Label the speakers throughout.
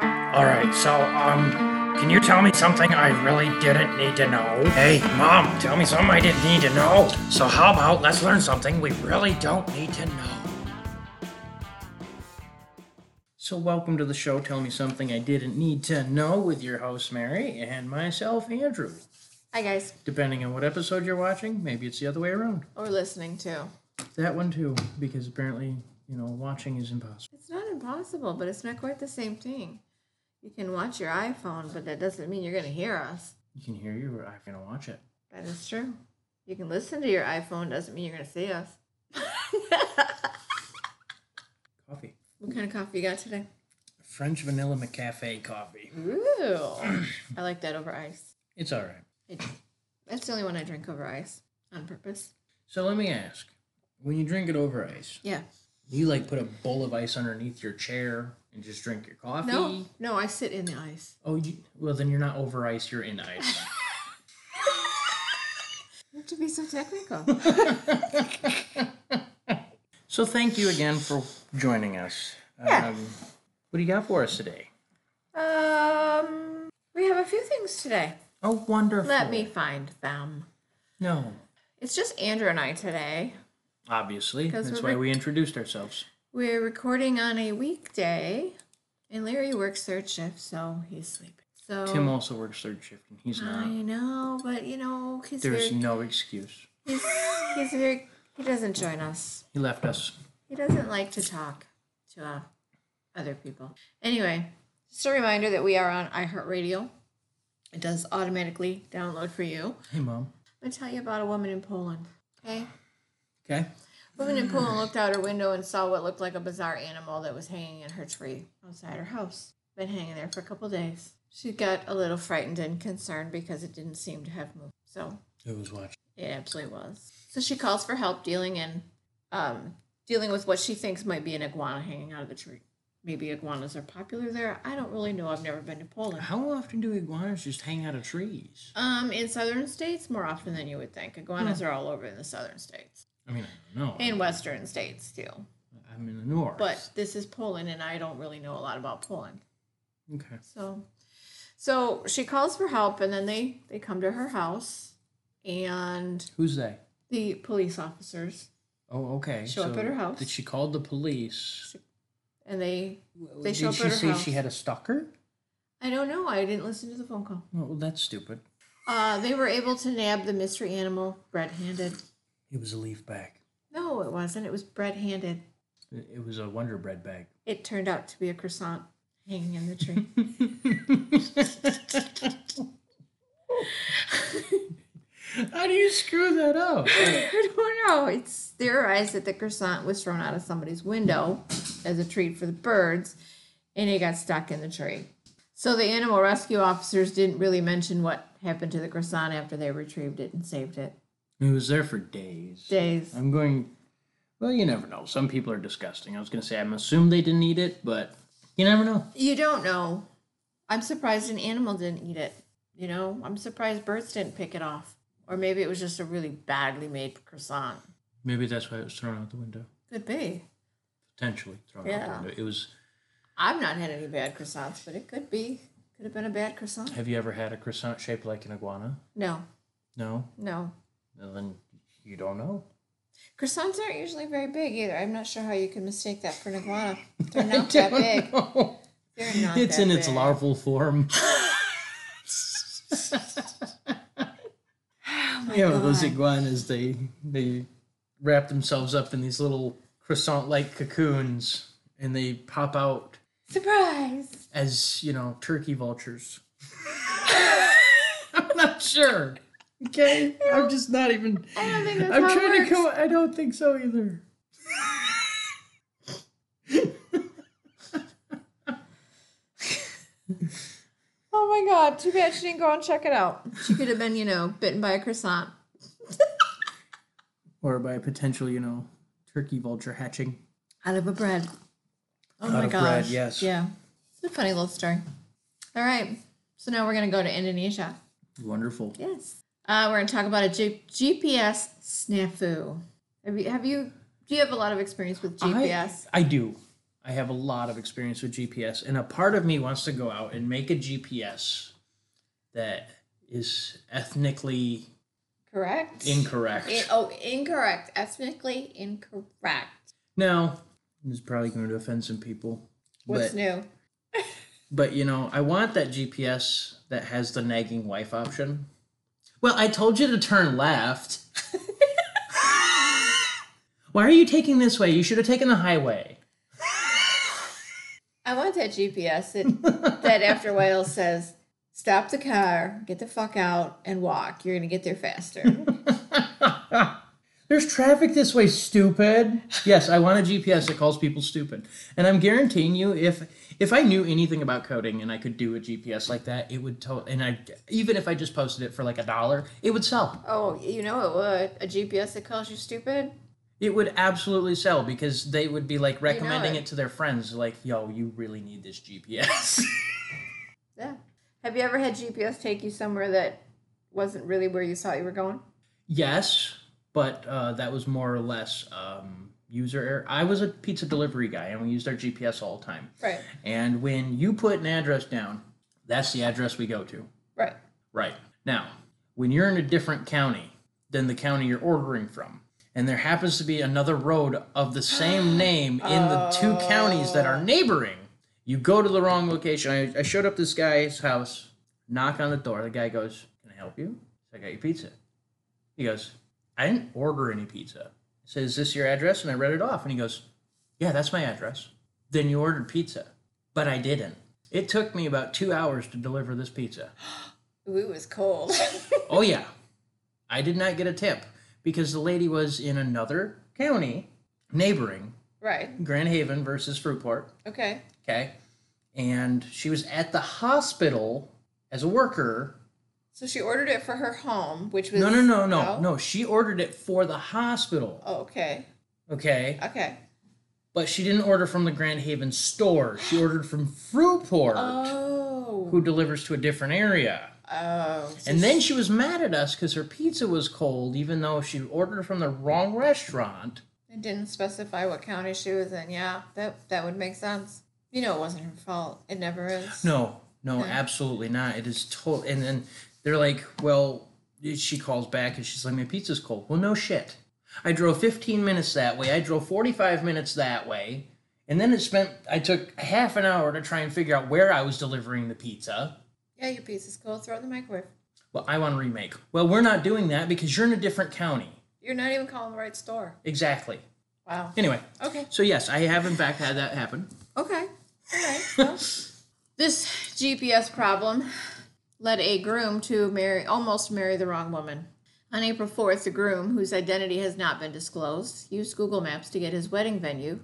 Speaker 1: All right, so um, can you tell me something I really didn't need to know? Hey, mom, tell me something I didn't need to know. So how about let's learn something we really don't need to know? So welcome to the show. Tell me something I didn't need to know with your host Mary and myself Andrew.
Speaker 2: Hi guys,
Speaker 1: Depending on what episode you're watching, maybe it's the other way around.
Speaker 2: or listening too.
Speaker 1: That one too, because apparently you know watching is impossible.
Speaker 2: It's not impossible, but it's not quite the same thing. You can watch your iPhone, but that doesn't mean you're going to hear us.
Speaker 1: You can hear you, but I'm gonna watch it.
Speaker 2: That is true. You can listen to your iPhone, doesn't mean you're going to see us.
Speaker 1: Coffee,
Speaker 2: what kind of coffee you got today?
Speaker 1: French vanilla McCafe coffee.
Speaker 2: Ooh, I like that over ice.
Speaker 1: It's all right.
Speaker 2: I do. That's the only one I drink over ice on purpose.
Speaker 1: So let me ask: When you drink it over ice,
Speaker 2: Yeah.
Speaker 1: do you like put a bowl of ice underneath your chair and just drink your coffee?
Speaker 2: No, no, I sit in the ice.
Speaker 1: Oh, you, well then you're not over ice. You're in ice.
Speaker 2: You have to be so technical.
Speaker 1: so thank you again for joining us.
Speaker 2: Yeah.
Speaker 1: Um, what do you got for us today?
Speaker 2: um, we have a few things today.
Speaker 1: Oh, wonderful.
Speaker 2: Let me find them.
Speaker 1: No,
Speaker 2: It's just Andrew and I today.
Speaker 1: obviously.
Speaker 2: 'Cause
Speaker 1: That's
Speaker 2: we're
Speaker 1: why
Speaker 2: rec-
Speaker 1: we introduced ourselves.
Speaker 2: We're recording on a weekday, and Larry works third shift, so he's sleeping. So
Speaker 1: Tim also works third shift, and he's
Speaker 2: I
Speaker 1: not.
Speaker 2: know, but you know, he's
Speaker 1: There's
Speaker 2: very,
Speaker 1: no excuse.
Speaker 2: he's, he's very, he doesn't join us.
Speaker 1: He left us.
Speaker 2: He doesn't like to talk to uh, other people. Anyway, just a reminder that we are on iHeartRadio. It does automatically download for you.
Speaker 1: Hey, mom.
Speaker 2: I'm gonna tell you about a woman in Poland. Okay.
Speaker 1: Okay.
Speaker 2: Woman in Poland looked out her window and saw what looked like a bizarre animal that was hanging in her tree outside her house. Been hanging there for a couple days. She got a little frightened and concerned because it didn't seem to have moved. So
Speaker 1: Who was watching?
Speaker 2: it absolutely was. So she calls for help dealing in um, dealing with what she thinks might be an iguana hanging out of the tree. Maybe iguanas are popular there. I don't really know. I've never been to Poland.
Speaker 1: How often do iguanas just hang out of trees?
Speaker 2: Um, in southern states, more often than you would think. Iguanas are all over in the southern states
Speaker 1: I mean, I don't know.
Speaker 2: and western states too.
Speaker 1: I'm in the north.
Speaker 2: but this is Poland, and I don't really know a lot about Poland.
Speaker 1: okay.
Speaker 2: So, so she calls for help, and then they they come to her house, and
Speaker 1: Who's they?
Speaker 2: the police officers
Speaker 1: Oh, okay.
Speaker 2: Show up at her house.
Speaker 1: Did she call the police?
Speaker 2: and they they
Speaker 1: Did
Speaker 2: show up
Speaker 1: she
Speaker 2: at her
Speaker 1: say
Speaker 2: house.
Speaker 1: she had a stalker?
Speaker 2: I don't know. I didn't listen to the phone call.
Speaker 1: Oh, Well, that's stupid.
Speaker 2: Uh, they were able to nab the mystery animal red-handed.
Speaker 1: It was a leaf bag.
Speaker 2: No, it wasn't. It was bread-handed.
Speaker 1: It it was a Wonder Bread bag.
Speaker 2: It turned out to be a croissant hanging in the tree.
Speaker 1: How do you screw that up?
Speaker 2: I don't know. It's theorized that the croissant was thrown out of somebody's window as a treat for the birds, and it got stuck in the tree. So the animal rescue officers didn't really mention what happened to the croissant after they retrieved it and saved it.
Speaker 1: It was there for days.
Speaker 2: Days.
Speaker 1: I'm going. Well, you never know. Some people are disgusting. I was going to say I'm assumed they didn't eat it, but you never know.
Speaker 2: You don't know. I'm surprised an animal didn't eat it. You know, I'm surprised birds didn't pick it off. Or maybe it was just a really badly made croissant.
Speaker 1: Maybe that's why it was thrown out the window.
Speaker 2: Could be.
Speaker 1: Potentially thrown out
Speaker 2: Yeah.
Speaker 1: the window. It was.
Speaker 2: I've not had any bad croissants, but it could be. Could have been a bad croissant.
Speaker 1: Have you ever had a croissant shaped like an iguana?
Speaker 2: No,
Speaker 1: No.
Speaker 2: no.
Speaker 1: Well, then you don't know.
Speaker 2: Croissants aren't usually very big either. I'm not sure how you could mistake that for an iguana. They're not that big. They're not
Speaker 1: It's
Speaker 2: that
Speaker 1: in its
Speaker 2: big.
Speaker 1: larval form.
Speaker 2: Oh my
Speaker 1: Yeah, well, those
Speaker 2: God.
Speaker 1: iguanas they they wrap themselves up in these little croissant-like cocoons, and they pop out
Speaker 2: Surprise!
Speaker 1: as you know turkey vultures. I'm not sure. Okay, I'm just not even.
Speaker 2: I don't think that's
Speaker 1: I'm
Speaker 2: how
Speaker 1: trying
Speaker 2: it
Speaker 1: to
Speaker 2: works.
Speaker 1: come. I don't think so either.
Speaker 2: Oh my God! Too bad she didn't go and check it out. She could have been, you know, bitten by a croissant.
Speaker 1: Or by a potential, you know, turkey vulture hatching.
Speaker 2: Out of a bread. Oh
Speaker 1: Out
Speaker 2: my
Speaker 1: of bread,
Speaker 2: gosh.
Speaker 1: yes.
Speaker 2: Yeah. It's a funny little story. All right. So now we're going to go to Indonesia.
Speaker 1: Wonderful.
Speaker 2: Yes. Uh, we're going to talk about a G- GPS snafu. Have you, have you, do you have a lot of experience with GPS?
Speaker 1: I, I do. I have a lot of experience with GPS, and a part of me wants to go out and make a GPS that is ethnically
Speaker 2: Correct.
Speaker 1: incorrect.
Speaker 2: In- oh, incorrect. Ethnically incorrect.
Speaker 1: now, this is probably going to offend some people.
Speaker 2: What's
Speaker 1: but,
Speaker 2: new?
Speaker 1: But you know, I want that GPS that has the nagging wife option. Well, I told you to turn left. Why are you taking this way? You should have taken the highway.
Speaker 2: I want that GPS that, that after a while says, stop the car, get the fuck out, and walk. You're going to get there faster.
Speaker 1: There's traffic this way, stupid. Yes, I want a GPS that calls people stupid. And I'm guaranteeing you, if if I knew anything about coding and I could do a GPS like that, it would. To- and I even if I just posted it for like a dollar, it would sell.
Speaker 2: oh, you know it would. A GPS that calls you stupid?
Speaker 1: It would absolutely sell because they would be like recommending
Speaker 2: it.
Speaker 1: it to their friends, like, "Yo, you really need this GPS."
Speaker 2: Yeah. Have you ever had GPS take you somewhere that wasn't really where you thought you were going?
Speaker 1: Yes, but uh, that was more or less um, user error. I was a pizza delivery guy, and we used our GPS all the time.
Speaker 2: Right.
Speaker 1: And when you put an address down, that's the address we go to.
Speaker 2: Right.
Speaker 1: Right. Now, when you're in a different county than the county you're ordering from, and there happens to be another road of the same name in the two counties that are neighboring, you go to the wrong location. I, I showed up this guy's house, knock on the door. The guy goes, Can I help you? I got your pizza. He goes, I didn't order any pizza. I said, Is this your address? And I read it off. And he goes, Yeah, that's my address. Then you ordered pizza. But I didn't. It took me about two hours to deliver this pizza.
Speaker 2: Ooh, it was cold.
Speaker 1: Oh yeah, I did not get a tip because the lady was in another county, neighboring
Speaker 2: right.
Speaker 1: Grand Haven versus Fruitport.
Speaker 2: Okay.
Speaker 1: Okay, and she was at the hospital as a worker.
Speaker 2: So she ordered it for her home, which was
Speaker 1: No, no, no, no, no. She ordered it for the hospital.
Speaker 2: Oh, okay.
Speaker 1: Okay,
Speaker 2: Okay.
Speaker 1: but she didn't order from the Grand Haven store. She ordered from Fruitport,
Speaker 2: Oh.
Speaker 1: who delivers to a different area.
Speaker 2: Oh. So
Speaker 1: And then she was mad at us because her pizza was cold, even though she ordered from the wrong restaurant.
Speaker 2: it didn't specify what county she was in. Yeah, that that would make sense. You know, it wasn't her fault. It never is.
Speaker 1: No, no, absolutely not. It is total. And then they're like, well, she calls back and she's like, my pizza's cold. Well, no shit. I drove 15 minutes that way. I drove 45 minutes that way. And then it spent, I took half an hour to try and figure out where I was delivering the pizza.
Speaker 2: Yeah, your pizza's cold. Throw it in the microwave.
Speaker 1: Well, I want to remake. Well, we're not doing that because you're in a different county.
Speaker 2: You're not even calling the right store.
Speaker 1: Exactly.
Speaker 2: Wow.
Speaker 1: Anyway,
Speaker 2: Okay.
Speaker 1: so yes, I have in fact had that happen.
Speaker 2: Okay. All right. Well, this GPS problem led a groom to marry almost marry the wrong woman. On April 4th, the groom, whose identity has not been disclosed, used Google Maps to get his wedding venue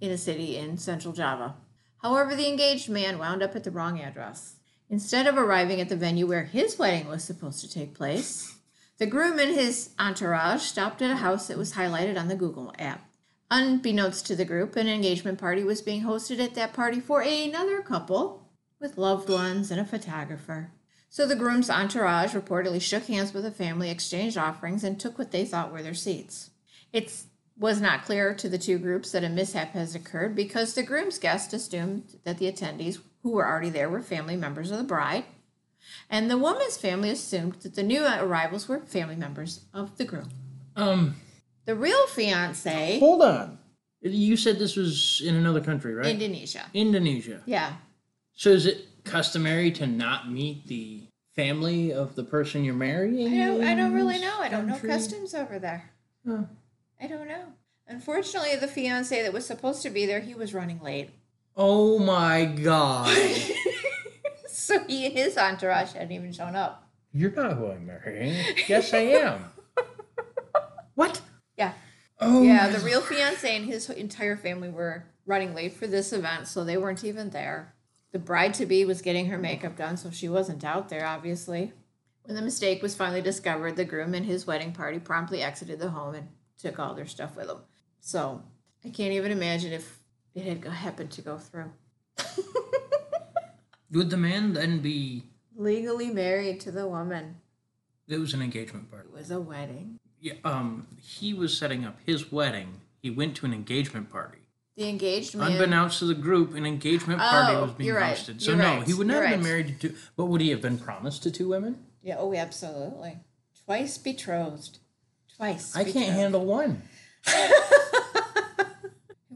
Speaker 2: in a city in central Java. However, the engaged man wound up at the wrong address. Instead of arriving at the venue where his wedding was supposed to take place, the groom and his entourage stopped at a house that was highlighted on the Google app. Unbeknownst to the group, an engagement party was being hosted at that party for another couple with loved ones and a photographer. So the groom's entourage reportedly shook hands with the family, exchanged offerings, and took what they thought were their seats. It was not clear to the two groups that a mishap has occurred because the groom's guests assumed that the attendees who were already there were family members of the bride, and the woman's family assumed that the new arrivals were family members of the groom.
Speaker 1: Um,
Speaker 2: The real fiance,
Speaker 1: hold on. You said this was in another country, right?
Speaker 2: Indonesia.
Speaker 1: Indonesia.
Speaker 2: Yeah.
Speaker 1: So is it customary to not meet the family of the person you're marrying?
Speaker 2: I don't, I don't really
Speaker 1: in
Speaker 2: know. I don't know
Speaker 1: country?
Speaker 2: customs over there.
Speaker 1: Huh.
Speaker 2: I don't know. Unfortunately, the fiance that was supposed to be there, he was running late.
Speaker 1: Oh my god.
Speaker 2: So he and his entourage hadn't even shown up.
Speaker 1: you're not who I'm marrying. Yes, I am. what?
Speaker 2: Yeah.
Speaker 1: Oh
Speaker 2: Yeah,
Speaker 1: my-
Speaker 2: the real fiance and his entire family were running late for this event, so they weren't even there. The bride to be was getting her makeup done, so she wasn't out there, obviously. When the mistake was finally discovered, the groom and his wedding party promptly exited the home and took all their stuff with them. So I can't even imagine if it had go- happened to go through.
Speaker 1: Would the man then be?
Speaker 2: Legally married to the woman.
Speaker 1: It was an engagement party.
Speaker 2: It was a wedding.
Speaker 1: Yeah, um, he was setting up his wedding. He went to an engagement party.
Speaker 2: The engaged man.
Speaker 1: Unbeknownst to the group, an engagement party
Speaker 2: Oh,
Speaker 1: was being
Speaker 2: you're right.
Speaker 1: hosted. So
Speaker 2: You're
Speaker 1: no,
Speaker 2: right.
Speaker 1: he would not
Speaker 2: You're
Speaker 1: have been
Speaker 2: right.
Speaker 1: married to two. But would he have been promised to two women?
Speaker 2: yeah. Oh, absolutely. Twice betrothed. Twice.
Speaker 1: I can't
Speaker 2: betrothed.
Speaker 1: handle one.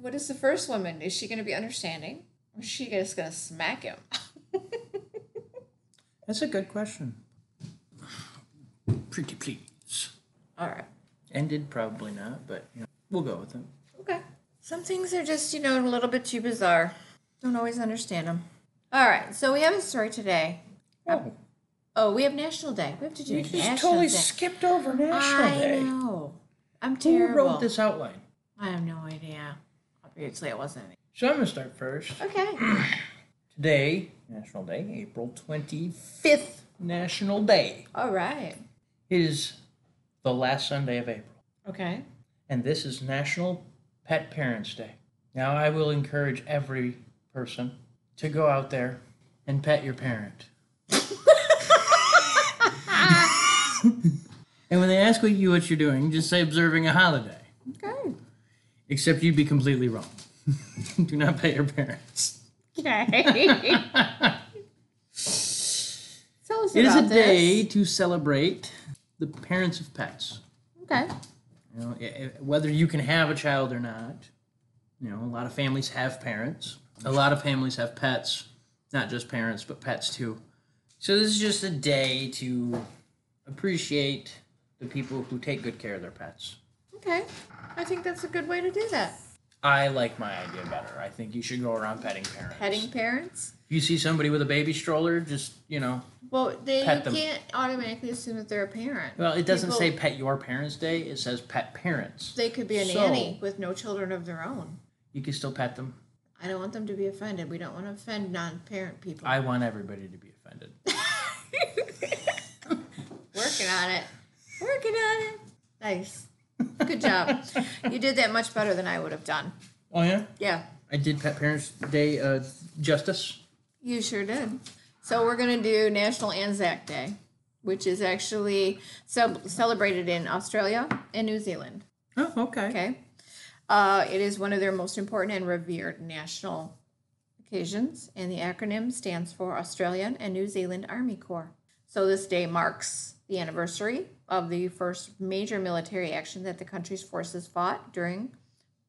Speaker 2: What is the first woman? Is she going to be understanding? Or is she just going to smack him?
Speaker 1: That's a good question. Pretty please.
Speaker 2: All right.
Speaker 1: Ended probably not, but you know, we'll go with it.
Speaker 2: Okay. Some things are just, you know, a little bit too bizarre. Don't always understand them. All right. So we have a story today.
Speaker 1: Oh,
Speaker 2: Oh, we have National Day. We have to do
Speaker 1: you just
Speaker 2: National
Speaker 1: totally
Speaker 2: Day.
Speaker 1: skipped over National
Speaker 2: I
Speaker 1: Day.
Speaker 2: know. I'm
Speaker 1: Who
Speaker 2: terrible.
Speaker 1: wrote this outline?
Speaker 2: I have no idea. Obviously, it wasn't.
Speaker 1: So I'm gonna start first.
Speaker 2: Okay.
Speaker 1: Today, National Day, April 25th, National Day.
Speaker 2: All right.
Speaker 1: It is the last Sunday of April.
Speaker 2: Okay.
Speaker 1: and this is National Pet Parents Day. Now, I will encourage every person to go out there and pet your parent. and when they ask what you what you're doing, just say observing a holiday.
Speaker 2: Okay.
Speaker 1: Except you'd be completely wrong. Do not pet your parents.
Speaker 2: Okay. Tell us
Speaker 1: It is
Speaker 2: about
Speaker 1: a
Speaker 2: this.
Speaker 1: day to celebrate the parents of pets.
Speaker 2: Okay.
Speaker 1: You know, i- i- whether you can have a child or not, you know, a lot of families have parents. A lot of families have pets, not just parents, but pets too. So this is just a day to appreciate the people who take good care of their pets.
Speaker 2: Okay. I think that's a good way to do that.
Speaker 1: I like my idea better. I think you should go around petting parents.
Speaker 2: Petting parents.
Speaker 1: If you see somebody with a baby stroller, just you know,
Speaker 2: Well, they
Speaker 1: Pet
Speaker 2: you
Speaker 1: them.
Speaker 2: can't automatically assume that they're a parent.
Speaker 1: well, it doesn't
Speaker 2: People-
Speaker 1: say pet your parents day. It says pet parents.
Speaker 2: They could be a
Speaker 1: So-
Speaker 2: nanny with no children of their own.
Speaker 1: You can still pet them.
Speaker 2: I don't want them to be offended. We don't want to offend non-parent people.
Speaker 1: I want everybody to be offended.
Speaker 2: Working on it. Working on it. Nice. Good job. you did that much better than I would have done.
Speaker 1: Oh yeah.
Speaker 2: Yeah,
Speaker 1: I did Pet Parents Day uh, justice.
Speaker 2: you sure did. So we're gonna do National Anzac Day, which is actually sub- celebrated in Australia and New Zealand.
Speaker 1: Oh, okay.
Speaker 2: Okay. Uh, it is one of their most important and revered national occasions, and the acronym stands for Australian and New Zealand Army Corps. So this day marks the anniversary of the first major military action that the country's forces fought during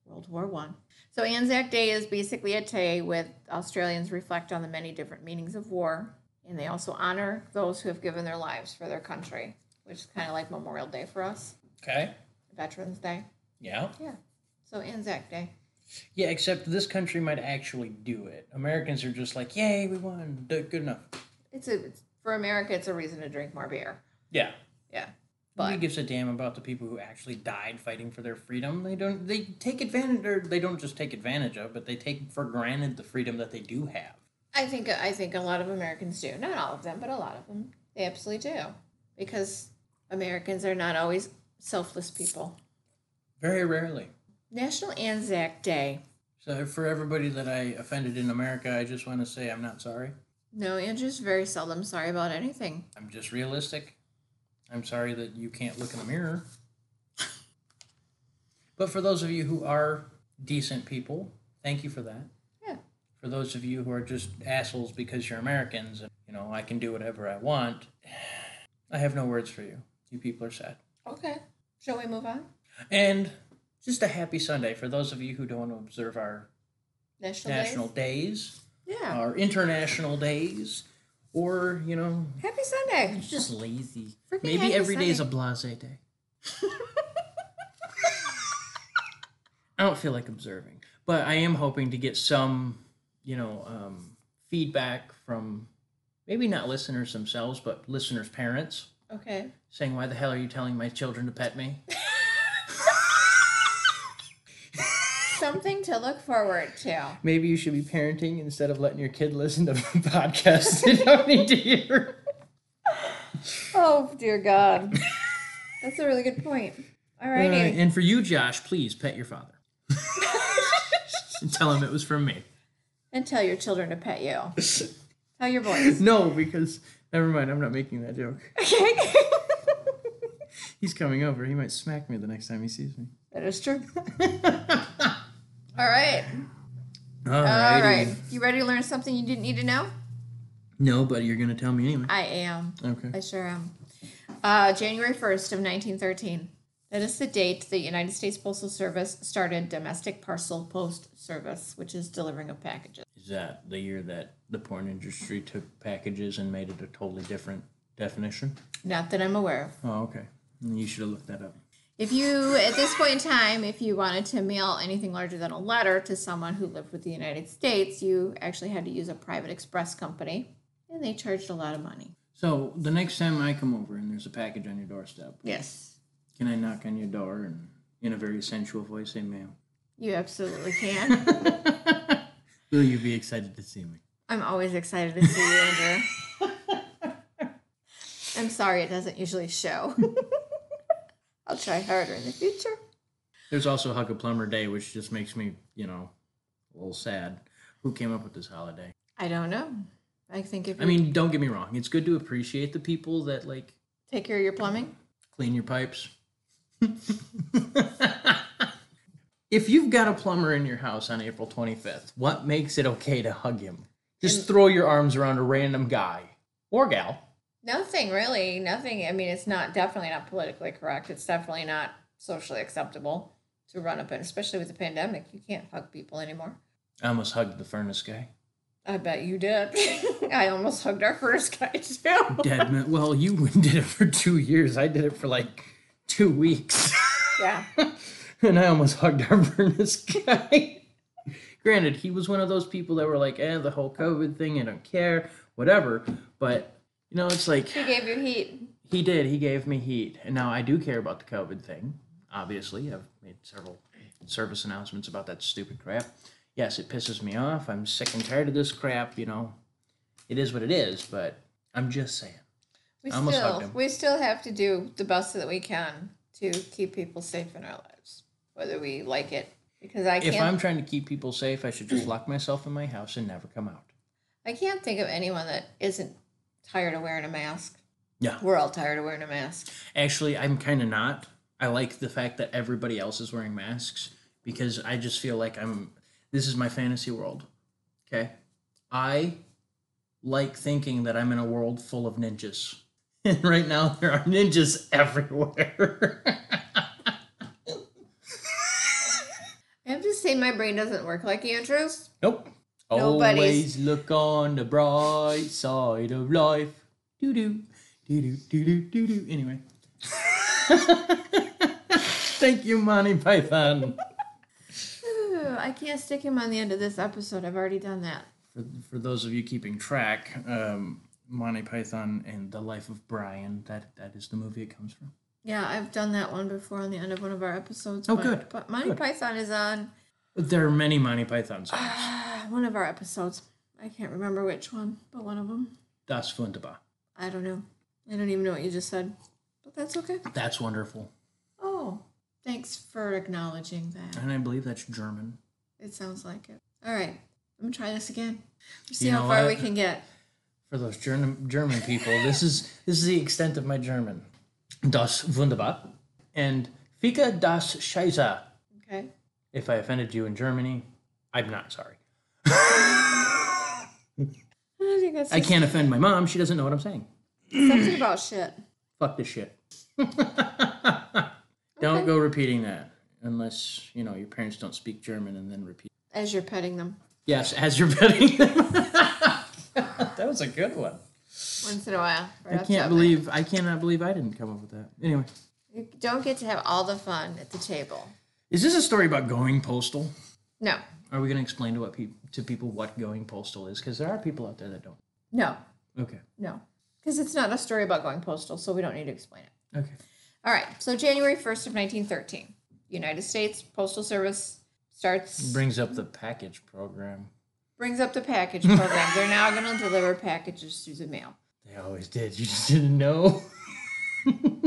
Speaker 2: World War One. So Anzac Day is basically a day with Australians reflect on the many different meanings of war, and they also honor those who have given their lives for their country, which is kind of like Memorial Day for us,
Speaker 1: Okay.
Speaker 2: Veterans Day.
Speaker 1: Yeah.
Speaker 2: Yeah. So Anzac Day.
Speaker 1: Yeah, except this country might actually do it. Americans are just like, yay, we won. D- Good enough.
Speaker 2: It's a it's, for America. It's a reason to drink more beer.
Speaker 1: Yeah.
Speaker 2: Yeah.
Speaker 1: Nobody
Speaker 2: But
Speaker 1: gives a damn about the people who actually died fighting for their freedom. They don't. They take advantage, or they don't just take advantage of, but they take for granted the freedom that they do have.
Speaker 2: I think I think a lot of Americans do. Not all of them, but a lot of them. They absolutely do because Americans are not always selfless people.
Speaker 1: Very rarely.
Speaker 2: National Anzac Day.
Speaker 1: So for everybody that I offended in America, I just want to say I'm not sorry.
Speaker 2: No, Andrew's very seldom sorry about anything.
Speaker 1: I'm just realistic. I'm sorry that you can't look in the mirror. But for those of you who are decent people, thank you for that.
Speaker 2: Yeah.
Speaker 1: For those of you who are just assholes because you're Americans and, you know, I can do whatever I want, I have no words for you. You people are sad.
Speaker 2: Okay. Shall we move on?
Speaker 1: And just a happy Sunday for those of you who don't observe our
Speaker 2: National,
Speaker 1: national Uh,
Speaker 2: Days.
Speaker 1: days,
Speaker 2: Yeah.
Speaker 1: our international days, or, you know,
Speaker 2: Happy Sunday.
Speaker 1: just lazy.
Speaker 2: Freaking
Speaker 1: Maybe
Speaker 2: happy
Speaker 1: every day is a
Speaker 2: Sunday.
Speaker 1: blase day. I don't feel like observing, but I am hoping to get some, you know, um, feedback from maybe not listeners themselves, but listeners' parents
Speaker 2: Okay.
Speaker 1: saying, "Why the hell are you telling my children to pet me?"
Speaker 2: Something to look forward to.
Speaker 1: Maybe you should be parenting instead of letting your kid listen to podcasts they don't need to hear.
Speaker 2: Oh dear God. That's a really good point. All
Speaker 1: Uh,
Speaker 2: righty.
Speaker 1: and for you, Josh, please pet your father and tell him it was from me.
Speaker 2: and tell your children to pet you. tell your boys.
Speaker 1: No, because never mind. I'm not making that joke. He's coming over. He might smack me the next time he sees me.
Speaker 2: that is true. All right.
Speaker 1: All
Speaker 2: All right. You ready to learn something you didn't need to know?
Speaker 1: No, but you're gonna tell me anyway.
Speaker 2: I am.
Speaker 1: Okay.
Speaker 2: I sure am. Uh, January 1st of 1913. That is the date the United States Postal Service started domestic parcel post service, which is delivering of packages.
Speaker 1: Is that the year that the porn industry took packages and made it a totally different definition?
Speaker 2: Not that I'm aware of.
Speaker 1: Oh, okay. You should have looked that up.
Speaker 2: If you, at this point in time, if you wanted to mail anything larger than a letter to someone who lived with the United States, you actually had to use a private express company, and they charged a lot of money.
Speaker 1: So the next time I come over and there's a package on your doorstep,
Speaker 2: Yes,
Speaker 1: can I knock on your door and, in a very sensual voice, say, "Ma'am,
Speaker 2: you absolutely can.
Speaker 1: will you be excited to see me?"
Speaker 2: I'm always excited to see you, Andrew. I'm sorry it doesn't usually show. I'll try harder in the future.
Speaker 1: There's also Hug a Plumber Day, which just makes me, you know, a little sad. Who came up with this holiday?
Speaker 2: I don't know. I think if you
Speaker 1: I mean, don't get me wrong. It's good to appreciate the people that like
Speaker 2: take care of your plumbing,
Speaker 1: clean your pipes. if you've got a plumber in your house on April 25th, what makes it okay to hug him? Just throw your arms around a random guy or gal.
Speaker 2: nothing really, nothing. I mean, it's not definitely not politically correct. It's definitely not socially acceptable to run up, and especially with the pandemic, you can't hug people anymore.
Speaker 1: I almost hugged the furnace guy.
Speaker 2: I bet you did. I almost hugged our first guy too.
Speaker 1: Dad, man, well, you did it for two years. I did it for like two weeks.
Speaker 2: Yeah.
Speaker 1: and I almost hugged our furnace guy. Granted, he was one of those people that were like, eh, the whole COVID thing, I don't care, whatever. But, you know, it's like,
Speaker 2: He gave you heat.
Speaker 1: He did. He gave me heat. And now I do care about the COVID thing. Obviously, I've made several service announcements about that stupid crap. Yes, it pisses me off. I'm sick and tired of this crap. You know, it is what it is, but I'm just saying.
Speaker 2: We
Speaker 1: I almost
Speaker 2: still,
Speaker 1: hugged him.
Speaker 2: we still have to do the best that we can to keep people safe in our lives, whether we like it. Because I
Speaker 1: If
Speaker 2: can't,
Speaker 1: I'm trying to keep people safe, I should just lock myself in my house and never come out.
Speaker 2: I can't think of anyone that isn't tired of wearing a mask.
Speaker 1: Yeah.
Speaker 2: we're all tired of wearing a mask.
Speaker 1: Actually, I'm kind of not. I like the fact that everybody else is wearing masks because I just feel like I'm. This is my fantasy world. Okay. I like thinking that I'm in a world full of ninjas. And right now, there are ninjas everywhere.
Speaker 2: I have to say, my brain doesn't work like Andrew's.
Speaker 1: nope.
Speaker 2: Nobody's-
Speaker 1: Always look on the bright side of life. Doo doo. Doo doo doo doo doo doo. Anyway. Thank you, Monty Python.
Speaker 2: Ooh, I can't stick him on the end of this episode. I've already done that.
Speaker 1: for, for those of you keeping track, um, Monty Python and the Life of Brian. That that is the movie it comes from.
Speaker 2: Yeah, I've done that one before on the end of one of our episodes.
Speaker 1: Oh,
Speaker 2: but,
Speaker 1: good.
Speaker 2: But Monty
Speaker 1: Good.
Speaker 2: Python is on
Speaker 1: There are many Monty Python songs.
Speaker 2: uh, one of our episodes. I can't remember which one, but one of them.
Speaker 1: das wunderbar.
Speaker 2: I don't know. I don't even know what you just said, but that's okay.
Speaker 1: That's wonderful,
Speaker 2: Oh, thanks for acknowledging that.
Speaker 1: and I believe that's German.
Speaker 2: It sounds like it. All right, I'm gonna try this again. See
Speaker 1: You
Speaker 2: how
Speaker 1: know
Speaker 2: far
Speaker 1: what?
Speaker 2: we can get.
Speaker 1: For those German German people, this is this is the extent of my German. Das wunderbar, and Fika das Scheiße.
Speaker 2: Okay.
Speaker 1: If I offended you in Germany, I'm not sorry.
Speaker 2: I think that's
Speaker 1: I can't offend my mom. She doesn't know what I'm saying.
Speaker 2: something about shit.
Speaker 1: fuck this shit. don't go repeating that unless you know your parents don't speak German and then repeat.
Speaker 2: As you're petting them
Speaker 1: Yes, as you're betting. that was a good one.
Speaker 2: once in a while.
Speaker 1: I can't believe I cannot believe I didn't come up with that. Anyway,
Speaker 2: you don't get to have all the fun at the table.
Speaker 1: is this a story about going postal?
Speaker 2: No,
Speaker 1: Are we going to explain to what peop to people what going postal is? Because there are people out there that don't.
Speaker 2: no,
Speaker 1: Okay.
Speaker 2: no, because it's not a story about going postal, so we don't need to explain it.
Speaker 1: Okay.
Speaker 2: All right. So January 1st of 1913, United States Postal Service starts
Speaker 1: Brings up the package program.
Speaker 2: brings up the package program. They're now going to deliver packages through the mail.
Speaker 1: They always did. You just didn't know.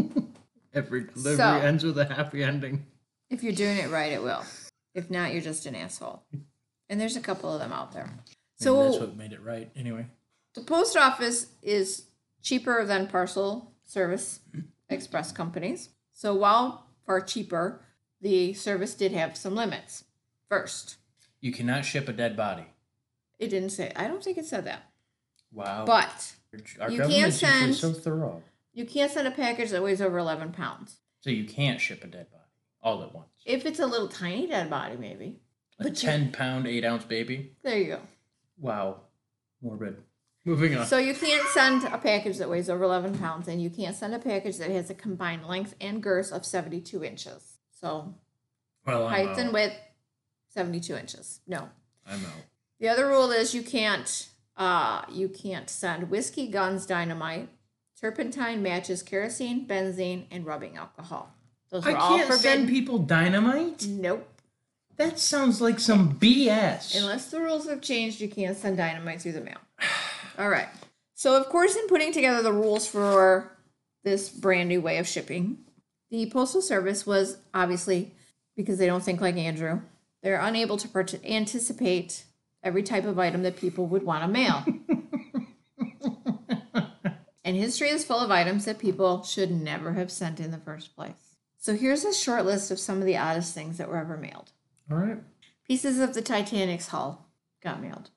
Speaker 1: Every delivery
Speaker 2: So-
Speaker 1: ends with a happy ending.
Speaker 2: If you're doing it right, it will. If not, you're just an asshole. And there's a couple of them out there.
Speaker 1: Maybe that's
Speaker 2: So
Speaker 1: what made it right. Anyway,
Speaker 2: the post office is cheaper than parcel service express companies. So while far cheaper, the service did have some limits. First,
Speaker 1: You cannot ship a dead body.
Speaker 2: It didn't say. I don't think it said that.
Speaker 1: Wow.
Speaker 2: But
Speaker 1: our
Speaker 2: you
Speaker 1: government's
Speaker 2: can't
Speaker 1: usually
Speaker 2: send-
Speaker 1: so thorough.
Speaker 2: you can't send a package that weighs over 11 pounds.
Speaker 1: So you can't ship a dead body all at once.
Speaker 2: If it's a little tiny dead body, maybe.
Speaker 1: A
Speaker 2: But you-
Speaker 1: ten pound, eight ounce baby.
Speaker 2: There you go.
Speaker 1: Wow. Morbid. Moving on.
Speaker 2: So you can't send a package that weighs over 11 pounds, and you can't send a package that has a combined length and girth of 72 inches. So
Speaker 1: well, I'm
Speaker 2: height
Speaker 1: out.
Speaker 2: and width, 72 inches. No.
Speaker 1: I'm out.
Speaker 2: The other rule is you can't uh you can't send whiskey, guns, dynamite, turpentine, matches, kerosene, benzene, and rubbing alcohol. Those
Speaker 1: I
Speaker 2: are all
Speaker 1: can't send
Speaker 2: forbidden.
Speaker 1: people dynamite.
Speaker 2: Nope.
Speaker 1: That sounds like some BS.
Speaker 2: Unless the rules have changed, you can't send dynamite through the mail. All right. So, of course, in putting together the rules for this brand new way of shipping, the Postal Service was obviously, because they don't think like Andrew, they're unable to purchase, anticipate every type of item that people would want to mail. and history is full of items that people should never have sent in the first place. So, here's a short list of some of the oddest things that were ever mailed.
Speaker 1: all right.
Speaker 2: Pieces of the Titanic's hull got mailed.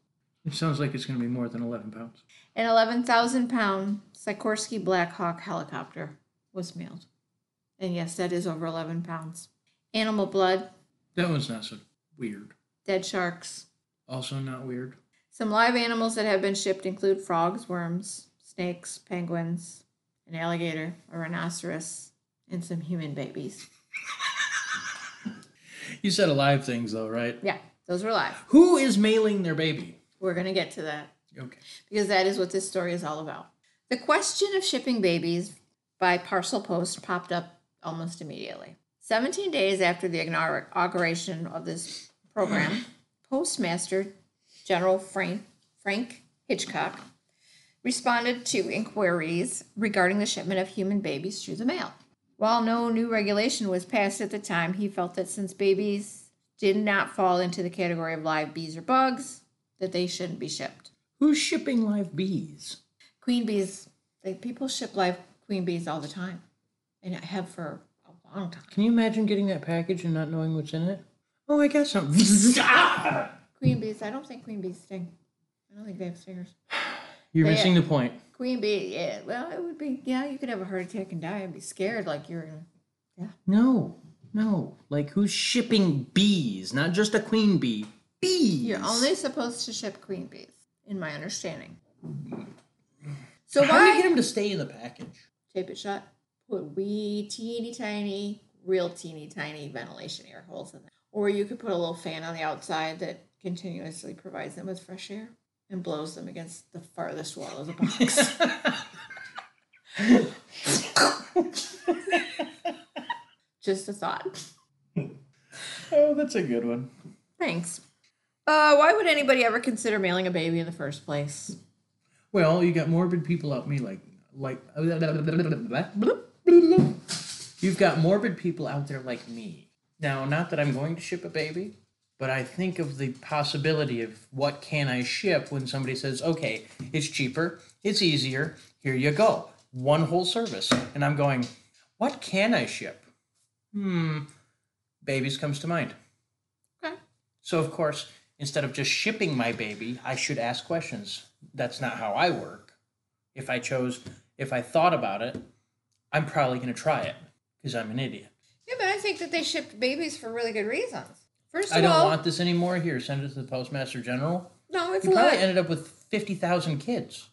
Speaker 1: It sounds like it's going to be more than 11 pounds.
Speaker 2: An 11,000 pound Sikorsky Black Hawk helicopter was mailed. And yes, that is over 11 pounds. Animal blood,
Speaker 1: That one's not so weird.
Speaker 2: dead sharks.
Speaker 1: Also, not weird.
Speaker 2: Some live animals that have been shipped include frogs, worms, snakes, penguins, an alligator, a rhinoceros, and some human babies.
Speaker 1: You said alive things, though, right?
Speaker 2: Yeah, those were live.
Speaker 1: Who is mailing their baby?
Speaker 2: We're going to get to that.
Speaker 1: Okay.
Speaker 2: because that is what this story is all about. The question of shipping babies by parcel post popped up almost immediately. 17 days after the inaugura- inauguration of this program, Postmaster General Frank, Frank Hitchcock responded to inquiries regarding the shipment of human babies through the mail. While no new regulation was passed at the time, he felt that since babies did not fall into the category of live bees or bugs, that they shouldn't be shipped.
Speaker 1: Who's shipping live bees?
Speaker 2: Queen bees, they, people ship live queen bees all the time, and I have for a long time.
Speaker 1: Can you imagine getting that package and not knowing what's in it? Oh, I got something. Ah!
Speaker 2: Queen bees, I don't think queen bees sting. I don't think they have stingers.
Speaker 1: You're
Speaker 2: They-
Speaker 1: missing the point.
Speaker 2: Queen bee, yeah, well, it would be, yeah, you could have a heart attack and die and be scared like you're gonna.
Speaker 1: No, no. Like, who's shipping bees? Not just a queen bee. Bees.
Speaker 2: You're only supposed to ship queen bees, in my understanding. So
Speaker 1: Hmm. How do you
Speaker 2: why
Speaker 1: get them to stay in the package?
Speaker 2: tape it shut? Put wee teeny tiny, real teeny tiny ventilation air holes in there, or you could put a little fan on the outside that continuously provides them with fresh air and blows them against the farthest wall of the box. Just a thought.
Speaker 1: Oh, that's a good one.
Speaker 2: Thanks. Uh, why would anybody ever consider mailing a baby in the first place?
Speaker 1: Well, you got morbid people out me like like you've got morbid people out there like me. Now, not that I'm going to ship a baby, but I think of the possibility of what can I ship when somebody says, "Okay, it's cheaper, it's easier. Here you go, one whole service." And I'm going, "What can I ship?" Hmm, babies comes to mind.
Speaker 2: Okay.
Speaker 1: So, of course, instead of just shipping my baby, I should ask questions. That's not how I work. If I chose, if I thought about it, I'm probably going to try it because I'm an idiot.
Speaker 2: Yeah, but I think that they shipped babies for really good reasons. First
Speaker 1: I
Speaker 2: of
Speaker 1: don't
Speaker 2: all,
Speaker 1: want this anymore. Here, send it to the Postmaster General.
Speaker 2: no, it's
Speaker 1: He
Speaker 2: a lot.
Speaker 1: probably ended up with 50,000 kids.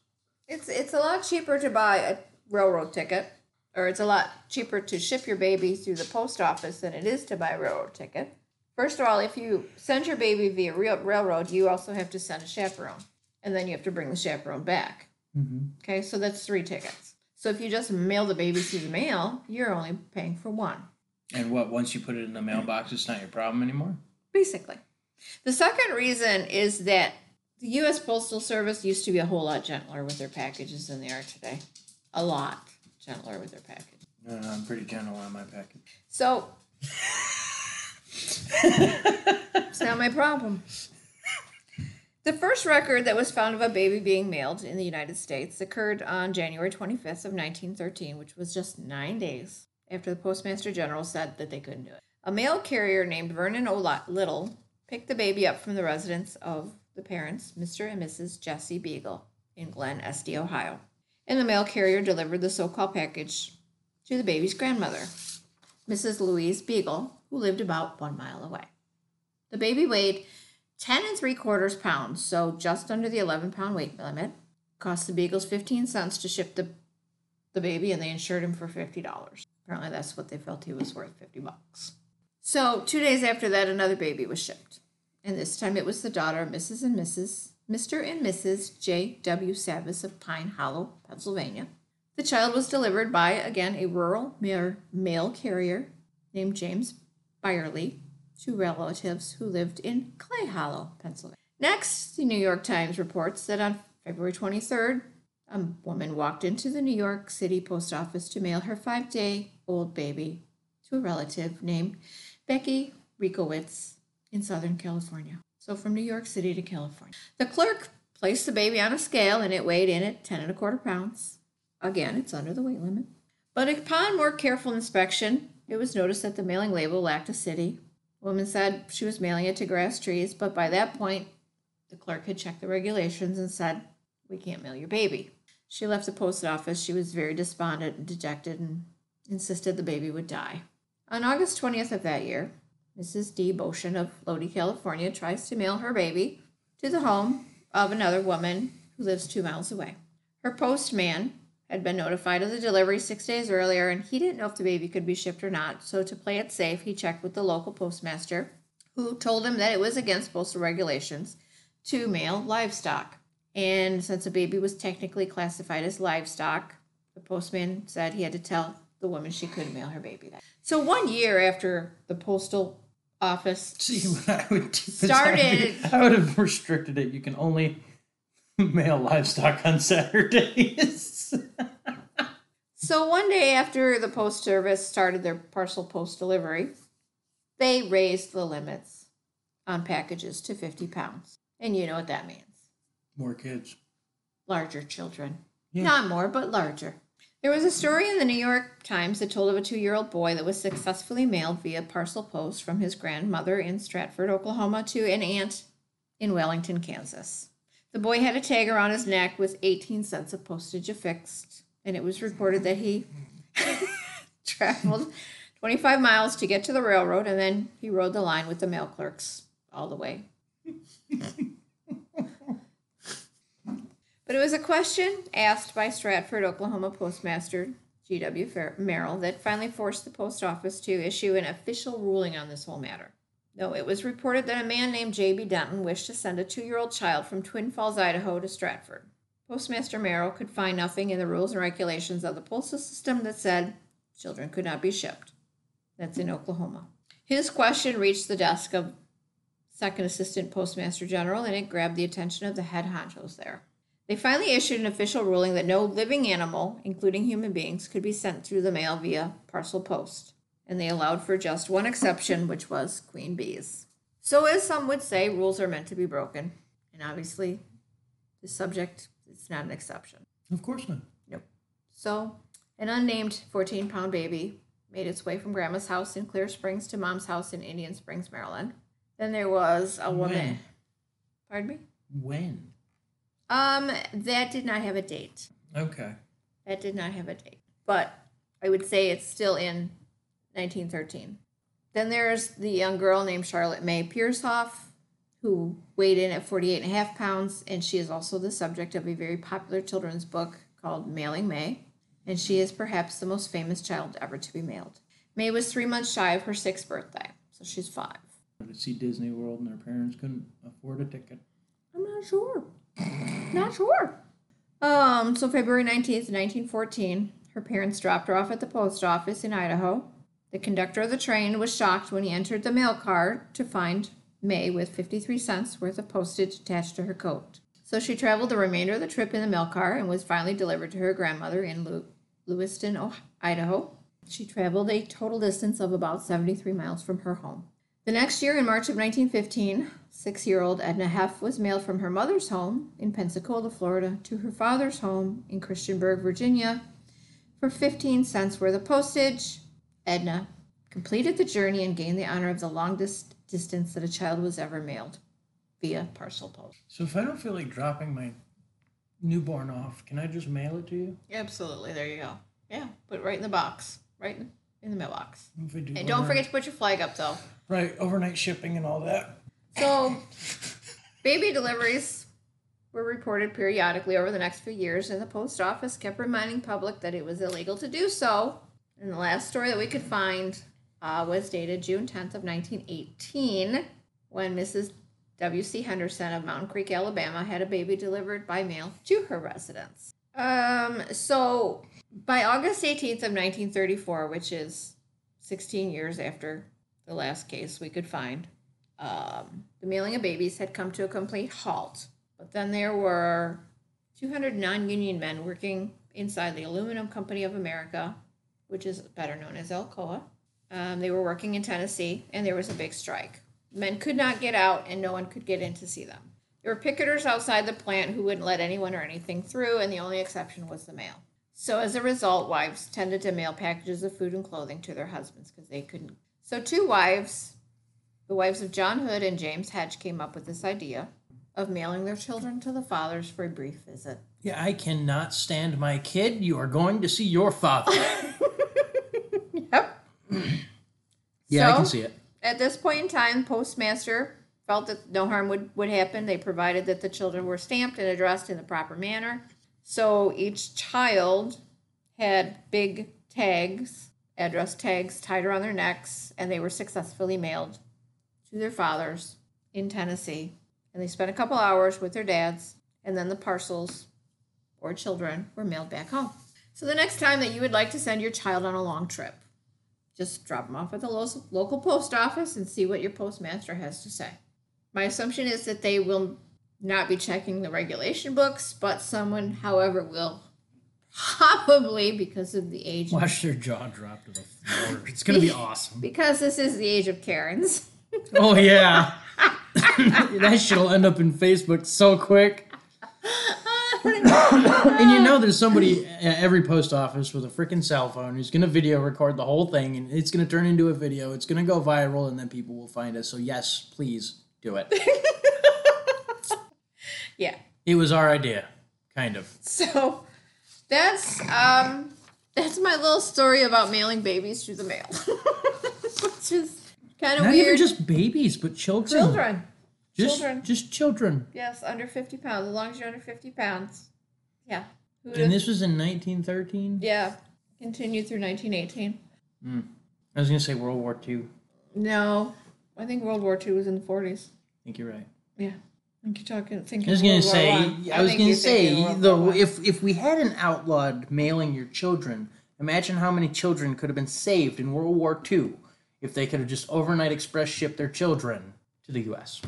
Speaker 2: It's it's a lot cheaper to buy a railroad ticket, or it's a lot cheaper to ship your baby through the post office than it is to buy a railroad ticket. First of all, if you send your baby via rail- railroad, you also have to send a chaperone, and then you have to bring the chaperone back.
Speaker 1: Mhm.
Speaker 2: Okay, so that's three tickets. So if you just mail the baby through the mail, you're only paying for one,
Speaker 1: And what, once you put it in the mailbox, it's not your problem anymore?
Speaker 2: basically. The second reason is that the U.S. Postal Service used to be a whole lot gentler with their packages than they are today. A lot gentler with their packages.
Speaker 1: No, no, I'm pretty gentle on my package.
Speaker 2: So it's not my problem. The first record that was found of a baby being mailed in the United States occurred on January 25th of 1913, which was just 9 days after the postmaster general said that they couldn't do it. A mail carrier named Vernon O. Little picked the baby up from the residence of the parents, Mr. and Mrs. Jesse Beagle, in Glen Estee, Ohio. And the mail carrier delivered the so called package to the baby's grandmother, Mrs. Louise Beagle, who lived about one mile away. The baby weighed 10 and three quarters pounds, so just under the 11 pound weight limit. Cost the Beagles 15 cents to ship the, the baby, and they insured him for $50. Apparently, that's what they felt he was worth 50 bucks. So, two days after that, another baby was shipped. And this time it was the daughter of Mrs. and Mrs. Mr. and Mrs. J.W. Savis of Pine Hollow, Pennsylvania. The child was delivered by, again, a rural mail, mail carrier named James Byerly to relatives who lived in Clay Hollow, Pennsylvania. Next, the New York Times reports that on February 23rd, a woman walked into the New York City post office to mail her five day old baby to a relative named Becky Rikowitz in Southern California. So from New York City to California. The clerk placed the baby on a scale and it weighed in at 10 and a quarter pounds. Again, it's under the weight limit. But upon more careful inspection, it was noticed that the mailing label lacked a city. The woman said she was mailing it to grass trees, but by that point, the clerk had checked the regulations and said, We can't mail your baby. She left the post office. She was very despondent and dejected and insisted the baby would die. On August 20th of that year, Mrs. D. Boshin of Lodi, California, tries to mail her baby to the home of another woman who lives two miles away. Her postman had been notified of the delivery six days earlier, and he didn't know if the baby could be shipped or not. So, to play it safe, he checked with the local postmaster, who told him that it was against postal regulations to mail livestock. And since the baby was technically classified as livestock, the postman said he had to tell the woman she couldn't mail her baby that. So, one year after the postal office
Speaker 1: See what I would do. is
Speaker 2: Started-
Speaker 1: I would, I would have restricted it. You can only mail livestock on Saturdays.
Speaker 2: So one day after the post service started their parcel post delivery, they raised the limits on packages to 50 pounds. And you know what that means
Speaker 1: More kids.
Speaker 2: larger children.
Speaker 1: Yeah.
Speaker 2: Not more, but larger. There was a story in the New York Times that told of a two year old boy that was successfully mailed via parcel post from his grandmother in Stratford, Oklahoma, to an aunt in Wellington, Kansas. The boy had a tag around his neck with 18 cents of postage affixed, and it was reported that he traveled 25 miles to get to the railroad, and then he rode the line with the mail clerks all the way But it was a question asked by Stratford, Oklahoma postmaster G.W. Fer- Merrill that finally forced the post office to issue an official ruling on this whole matter. Though it was reported that a man named J.B. Denton wished to send a two year old child from Twin Falls, Idaho to Stratford. Postmaster Merrill could find nothing in the rules and regulations of the postal system that said children could not be shipped. That's in Oklahoma. His question reached the desk of Second Assistant Postmaster General and it grabbed the attention of the head honchos there. They finally issued an official ruling that no living animal, including human beings, could be sent through the mail via parcel post. And they allowed for just one exception, which was queen bees. So, as some would say, rules are meant to be broken. And obviously, the subject is not an exception.
Speaker 1: Of course not.
Speaker 2: Nope. So, an unnamed 14 pound baby made its way from grandma's house in Clear Springs to mom's house in Indian Springs, Maryland. Then there was a woman.
Speaker 1: When?
Speaker 2: Pardon me?
Speaker 1: When?
Speaker 2: Um, that did not have a date.
Speaker 1: Okay.
Speaker 2: That did not have a date. But I would say it's still in 1913. Then there's the young girl named Charlotte May Piershoff, who weighed in at 48 and a half pounds, and she is also the subject of a very popular children's book called Mailing May, and she is perhaps the most famous child ever to be mailed. May was three months shy of her sixth birthday, so she's five.
Speaker 1: To see Disney World and their parents couldn't afford a ticket.
Speaker 2: I'm not sure. not sure. Um, so February 19th, 1914, her parents dropped her off at the post office in Idaho. The conductor of the train was shocked when he entered the mail car to find May with 53 cents worth of postage attached to her coat. So she traveled the remainder of the trip in the mail car and was finally delivered to her grandmother in Lew- Lewiston, Oh- Idaho. She traveled a total distance of about 73 miles from her home. The next year, in March of 1915, six year old Edna Heff was mailed from her mother's home in Pensacola, Florida, to her father's home in Christianburg, Virginia, for 15 cents worth of postage. Edna completed the journey and gained the honor of the longest distance that a child was ever mailed via parcel post.
Speaker 1: So if I don't feel like dropping my newborn off, can I just mail it to you?
Speaker 2: Absolutely. There you go. Yeah. Put it right in the box, right in, in the mailbox.
Speaker 1: If I do
Speaker 2: And don't
Speaker 1: over-
Speaker 2: forget to put your flag up though.
Speaker 1: right overnight shipping and all that.
Speaker 2: So, baby deliveries were reported periodically over the next few years, and the post office kept reminding public that it was illegal to do so. And the last story that we could find uh, was dated June 10th of 1918, when Mrs. W.C. Henderson of Mountain Creek, Alabama, had a baby delivered by mail to her residence. Um, so by August 18th of 1934, which is 16 years after the last case we could find, um, the mailing of babies had come to a complete halt. But then there were 200 non-union men working inside the Aluminum Company of America, which is better known as Alcoa. Um, they were working in Tennessee, and there was a big strike. Men could not get out, and no one could get in to see them. There were picketers outside the plant who wouldn't let anyone or anything through, and the only exception was the mail. So as a result, wives tended to mail packages of food and clothing to their husbands because they couldn't. So two wives the wives of John Hood and James Hedge came up with this idea of mailing their children to the fathers for a brief visit.
Speaker 1: Yeah, I cannot stand my kid. You are going to see your father.
Speaker 2: Yep.
Speaker 1: yeah, I
Speaker 2: So-
Speaker 1: can see it.
Speaker 2: At this point in time, Postmaster felt that no harm would, would happen. They provided that the children were stamped and addressed in the proper manner. So each child had big tags, address tags tied around their necks, and they were successfully mailed to their fathers in Tennessee. And they spent a couple hours with their dads, and then the parcels or children were mailed back home. So the next time that you would like to send your child on a long trip, just drop them off at the lo- local post office and see what your postmaster has to say. My assumption is that they will not be checking the regulation books, but someone, however, will probably because of the age.
Speaker 1: Watch their jaw drop to the floor. It's gonna be awesome.
Speaker 2: Because this is the age of Karens.
Speaker 1: Oh yeah. that shit'll end up in Facebook so quick. and
Speaker 2: Ah.
Speaker 1: you know there's somebody at every post office with a freaking cell phone who's gonna video record the whole thing and it's gonna turn into a video, it's gonna go viral, and then people will find us. So yes, please do it.
Speaker 2: Yeah.
Speaker 1: it was our idea. Kind of.
Speaker 2: So that's um that's my little story about mailing babies through the mail. Which is kind of
Speaker 1: Not even
Speaker 2: weird.
Speaker 1: just babies, but children.
Speaker 2: children.
Speaker 1: Just
Speaker 2: children.
Speaker 1: just children.
Speaker 2: Yes, under fifty pounds. As long as you're under fifty pounds. Yeah. Who would've-
Speaker 1: And this was in 1913.
Speaker 2: yeah. Continued through nineteen eighteen.
Speaker 1: I was gonna say World War II. I
Speaker 2: No. I think World War II was in the forties.
Speaker 1: think you're right.
Speaker 2: Yeah. I think you're talking thinking
Speaker 1: I was gonna
Speaker 2: World War
Speaker 1: say.
Speaker 2: One.
Speaker 1: I, was
Speaker 2: think
Speaker 1: gonna
Speaker 2: you're thinking
Speaker 1: say
Speaker 2: World War
Speaker 1: though,
Speaker 2: One.
Speaker 1: if if we hadn't outlawed mailing your children, imagine how many children could have been saved in World War II if they could have just overnight express shipped their children to the U.S.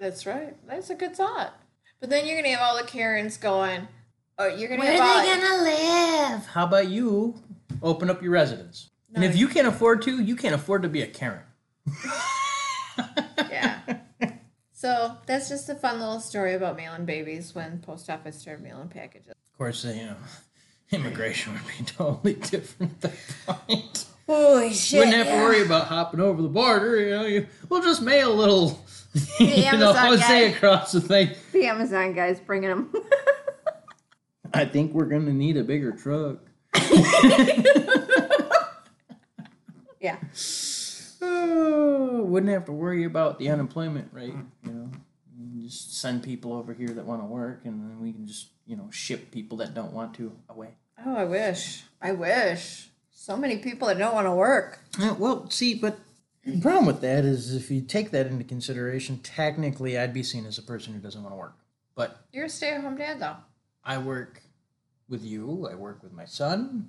Speaker 2: That's right. That's a good thought. But then you're gonna have all the Karens going, Oh, you're gonna
Speaker 1: Where
Speaker 2: have all
Speaker 1: are they gonna live? How about you open up your residence? And if you can't afford to, you can't afford to be a Karen.
Speaker 2: yeah. So that's just a fun little story about mailing babies when post office started mailing packages.
Speaker 1: Of course, you know, immigration would be totally different at that point.
Speaker 2: Holy shit!
Speaker 1: wouldn't have to worry about hopping over the border. You know, you, we'll just mail a little, you know,
Speaker 2: Amazon
Speaker 1: Jose
Speaker 2: guy.
Speaker 1: across the thing.
Speaker 2: The Amazon guys bringing them.
Speaker 1: I think we're gonna need a bigger truck.
Speaker 2: yeah.
Speaker 1: Oh, wouldn't have to worry about the unemployment rate. You know, You just send people over here that want to work, and then we can just you know ship people that don't want to away.
Speaker 2: Oh, I wish. I wish. So many people that don't want to work.
Speaker 1: Yeah, well, see, but the problem with that is if you take that into consideration, technically I'd be seen as a person who doesn't want to work. But
Speaker 2: You're a stay-at-home dad, though.
Speaker 1: I work with you. I work with my son.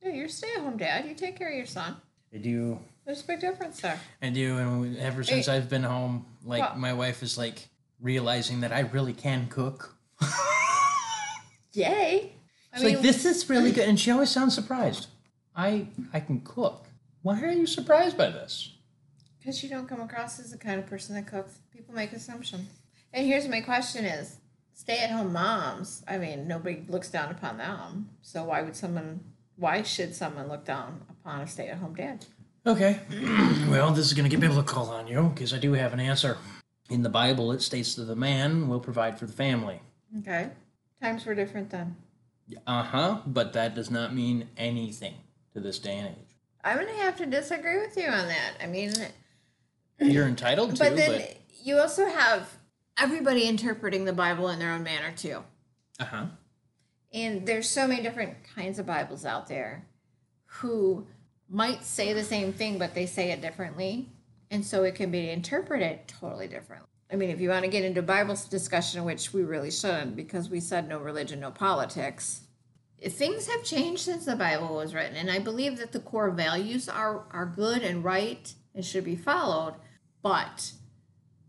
Speaker 2: Yeah, you're a stay-at-home dad. You take care of your son.
Speaker 1: I do
Speaker 2: There's a big difference there.
Speaker 1: I do, and ever since I've been home, like
Speaker 2: Well-
Speaker 1: my wife is like realizing that I really can cook.
Speaker 2: Yay! I
Speaker 1: It's like this is really good, and she always sounds surprised. I I can cook. Why are you surprised by this?
Speaker 2: Because you don't come across as the kind of person that cooks. People make assumptions. And here's my question is stay at home moms, I mean, nobody looks down upon them. So why would someone, why should someone look down upon a stay at home dad?
Speaker 1: Okay. well, this is going to get biblical on you because I do have an answer. In the Bible, it states that the man will provide for the family.
Speaker 2: Okay. Times were different then.
Speaker 1: Uh huh. But that does not mean anything to this day and age.
Speaker 2: I'm going to have to disagree with you on that. I mean,
Speaker 1: You're entitled to,
Speaker 2: but
Speaker 1: but.
Speaker 2: then you also have everybody interpreting the Bible in their own manner too.
Speaker 1: uh huh.
Speaker 2: And there's so many different kinds of Bibles out there who might say the same thing, but they say it differently. And so it can be interpreted totally differently. I mean, if you want to get into Bible discussion, which we really shouldn't because we said no religion, no politics, things have changed since the Bible was written. And I believe that the core values are, are good and right and should be followed. But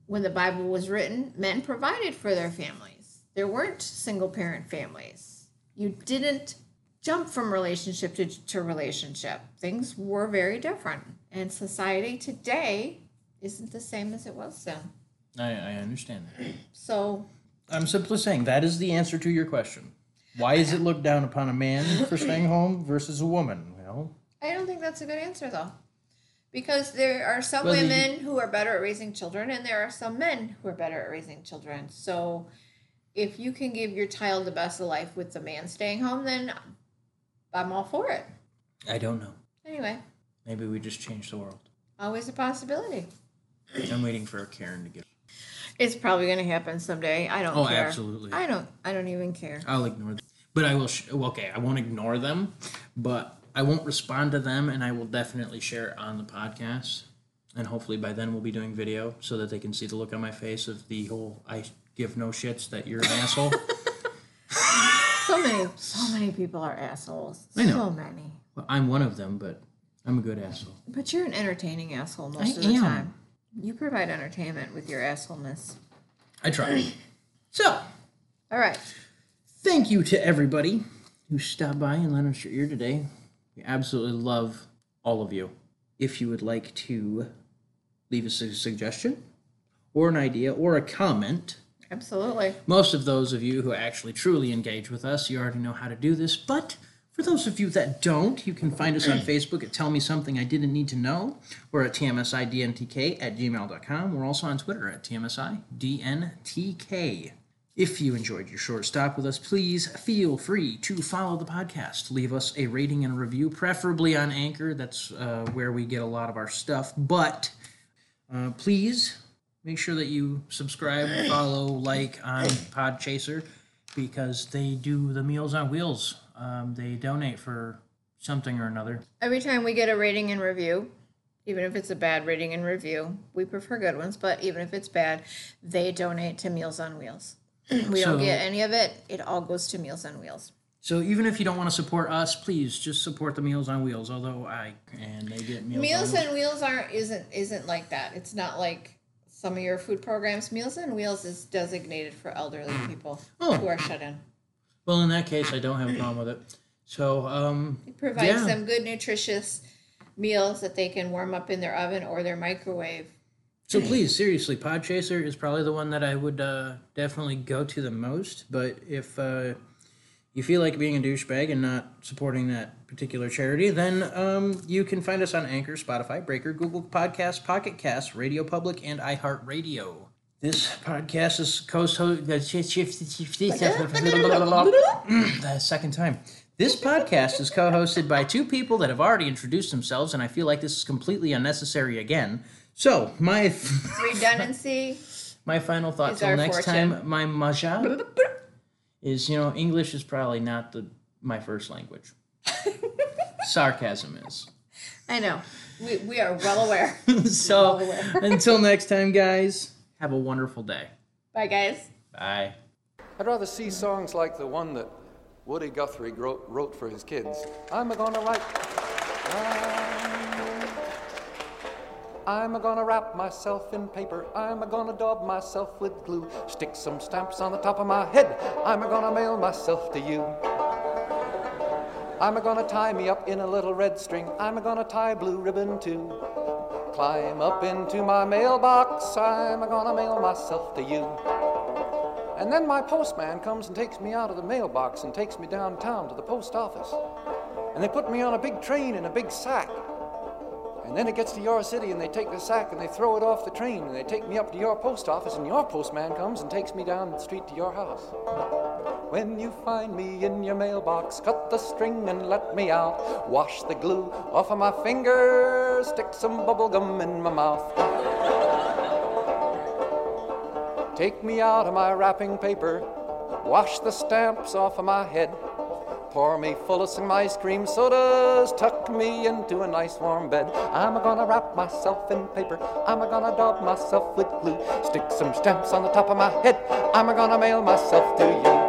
Speaker 2: when the Bible was written, men provided for their families. There weren't single parent families. You didn't jump from relationship to, to relationship. Things were very different. And society today isn't the same as it was then.
Speaker 1: I, I understand that.
Speaker 2: So,
Speaker 1: I'm simply saying that is the answer to your question. Why is it looked down upon a man for staying home versus a woman? Well,
Speaker 2: I don't think that's a good answer though. Because there are some
Speaker 1: Well, you-
Speaker 2: women who are better at raising children and there are some men who are better at raising children. So if you can give your child the best of life with the man staying home, then I'm all for it.
Speaker 1: I don't know.
Speaker 2: Anyway,
Speaker 1: Maybe we just changed the world.
Speaker 2: always a possibility.
Speaker 1: I'm waiting for a Karen to get.
Speaker 2: It's probably going to happen someday. I don't
Speaker 1: Oh,
Speaker 2: care.
Speaker 1: absolutely.
Speaker 2: I don't I don't even care.
Speaker 1: I'll ignore them, but I will. Sh- well, okay, I won't ignore them, but I won't respond to them, and I will definitely share it on the podcast. And hopefully by then we'll be doing video so that they can see the look on my face of the whole "I give no shits that you're an asshole."
Speaker 2: So many so many people are assholes.
Speaker 1: I know.
Speaker 2: So many.
Speaker 1: well, I'm one of them, but I'm a good asshole.
Speaker 2: But you're an entertaining asshole
Speaker 1: I
Speaker 2: most of the
Speaker 1: am.
Speaker 2: time. You provide entertainment with your assholeness.
Speaker 1: I try. so.
Speaker 2: All right.
Speaker 1: Thank you to everybody who stopped by and lent us your ear today. We absolutely love all of you. If you would like to leave us a suggestion or an idea or a comment,
Speaker 2: Absolutely.
Speaker 1: most of those of you who actually truly engage with us, you already know how to do this. But for those of you that don't, you can find us on Facebook at Tell Me Something I Didn't Need to Know or at TMSIDNTK at gmail.com. We're also on Twitter at TMSIDNTK. If you enjoyed your short stop with us, please feel free to follow the podcast. Leave us a rating and a review, preferably on Anchor. That's uh, where we get a lot of our stuff. But uh, please make sure that you subscribe, follow, like on Podchaser because they do the Meals on Wheels. Um, they donate for something or another.
Speaker 2: Every time we get a rating and review, even if it's a bad rating and review, we prefer good ones, but even if it's bad, they donate to Meals on Wheels. we
Speaker 1: So-
Speaker 2: don't get any of it. It all goes to Meals on Wheels.
Speaker 1: So even if you don't want to support us, please just support the Meals on Wheels. Although I and they get Meals,
Speaker 2: Meals
Speaker 1: on Wheels.
Speaker 2: on Wheels aren't isn't isn't like that. It's not like some of your food programs. Meals on Wheels is designated for elderly people
Speaker 1: Oh.
Speaker 2: who are shut in.
Speaker 1: Well, in that case, I don't have a problem with it. So um,
Speaker 2: It provides
Speaker 1: Yeah.
Speaker 2: them good nutritious meals that they can warm up in their oven or their microwave.
Speaker 1: So please, seriously, Podchaser is probably the one that I would uh, definitely go to the most. But if uh, you feel like being a douchebag and not supporting that particular charity, then um, you can find us on Anchor, Spotify, Breaker, Google Podcasts, Pocket Casts, Radio Public, and iHeartRadio. This podcast is co-hosted. The second time. This podcast is co-hosted by two people that have already introduced themselves, and I feel like this is completely unnecessary again. So my
Speaker 2: Redundancy.
Speaker 1: my final thought
Speaker 2: Is
Speaker 1: till
Speaker 2: our
Speaker 1: next
Speaker 2: fortune.
Speaker 1: time. My maja is you know English is probably not the my first language. Sarcasm is.
Speaker 2: I know. We, we are well aware.
Speaker 1: so until next time, guys. Have a wonderful day.
Speaker 2: Bye, guys.
Speaker 1: Bye.
Speaker 3: I'd rather see songs like the one that Woody Guthrie wrote, wrote for his kids. I'm a gonna like. I'm a gonna wrap myself in paper. I'm a gonna daub myself with glue. Stick some stamps on the top of my head. I'm a gonna mail myself to you. I'm a gonna tie me up in a little red string. I'm a gonna tie blue ribbon too. Climb up into my mailbox. I'm a gonna mail myself to you. And then my postman comes and takes me out of the mailbox and takes me downtown to the post office. And they put me on a big train in a big sack. And then it gets to your city and they take the sack and they throw it off the train and they take me up to your post office and your postman comes and takes me down the street to your house. When you find me in your mailbox, cut the string and let me out. Wash the glue off of my fingers, stick some bubble gum in my mouth. Take me out of my wrapping paper, wash the stamps off of my head, pour me full of some ice cream sodas, tuck me into a nice warm bed. I'm a gonna wrap myself in paper, I'm a gonna daub myself with glue, stick some stamps on the top of my head, I'm a gonna mail myself to you.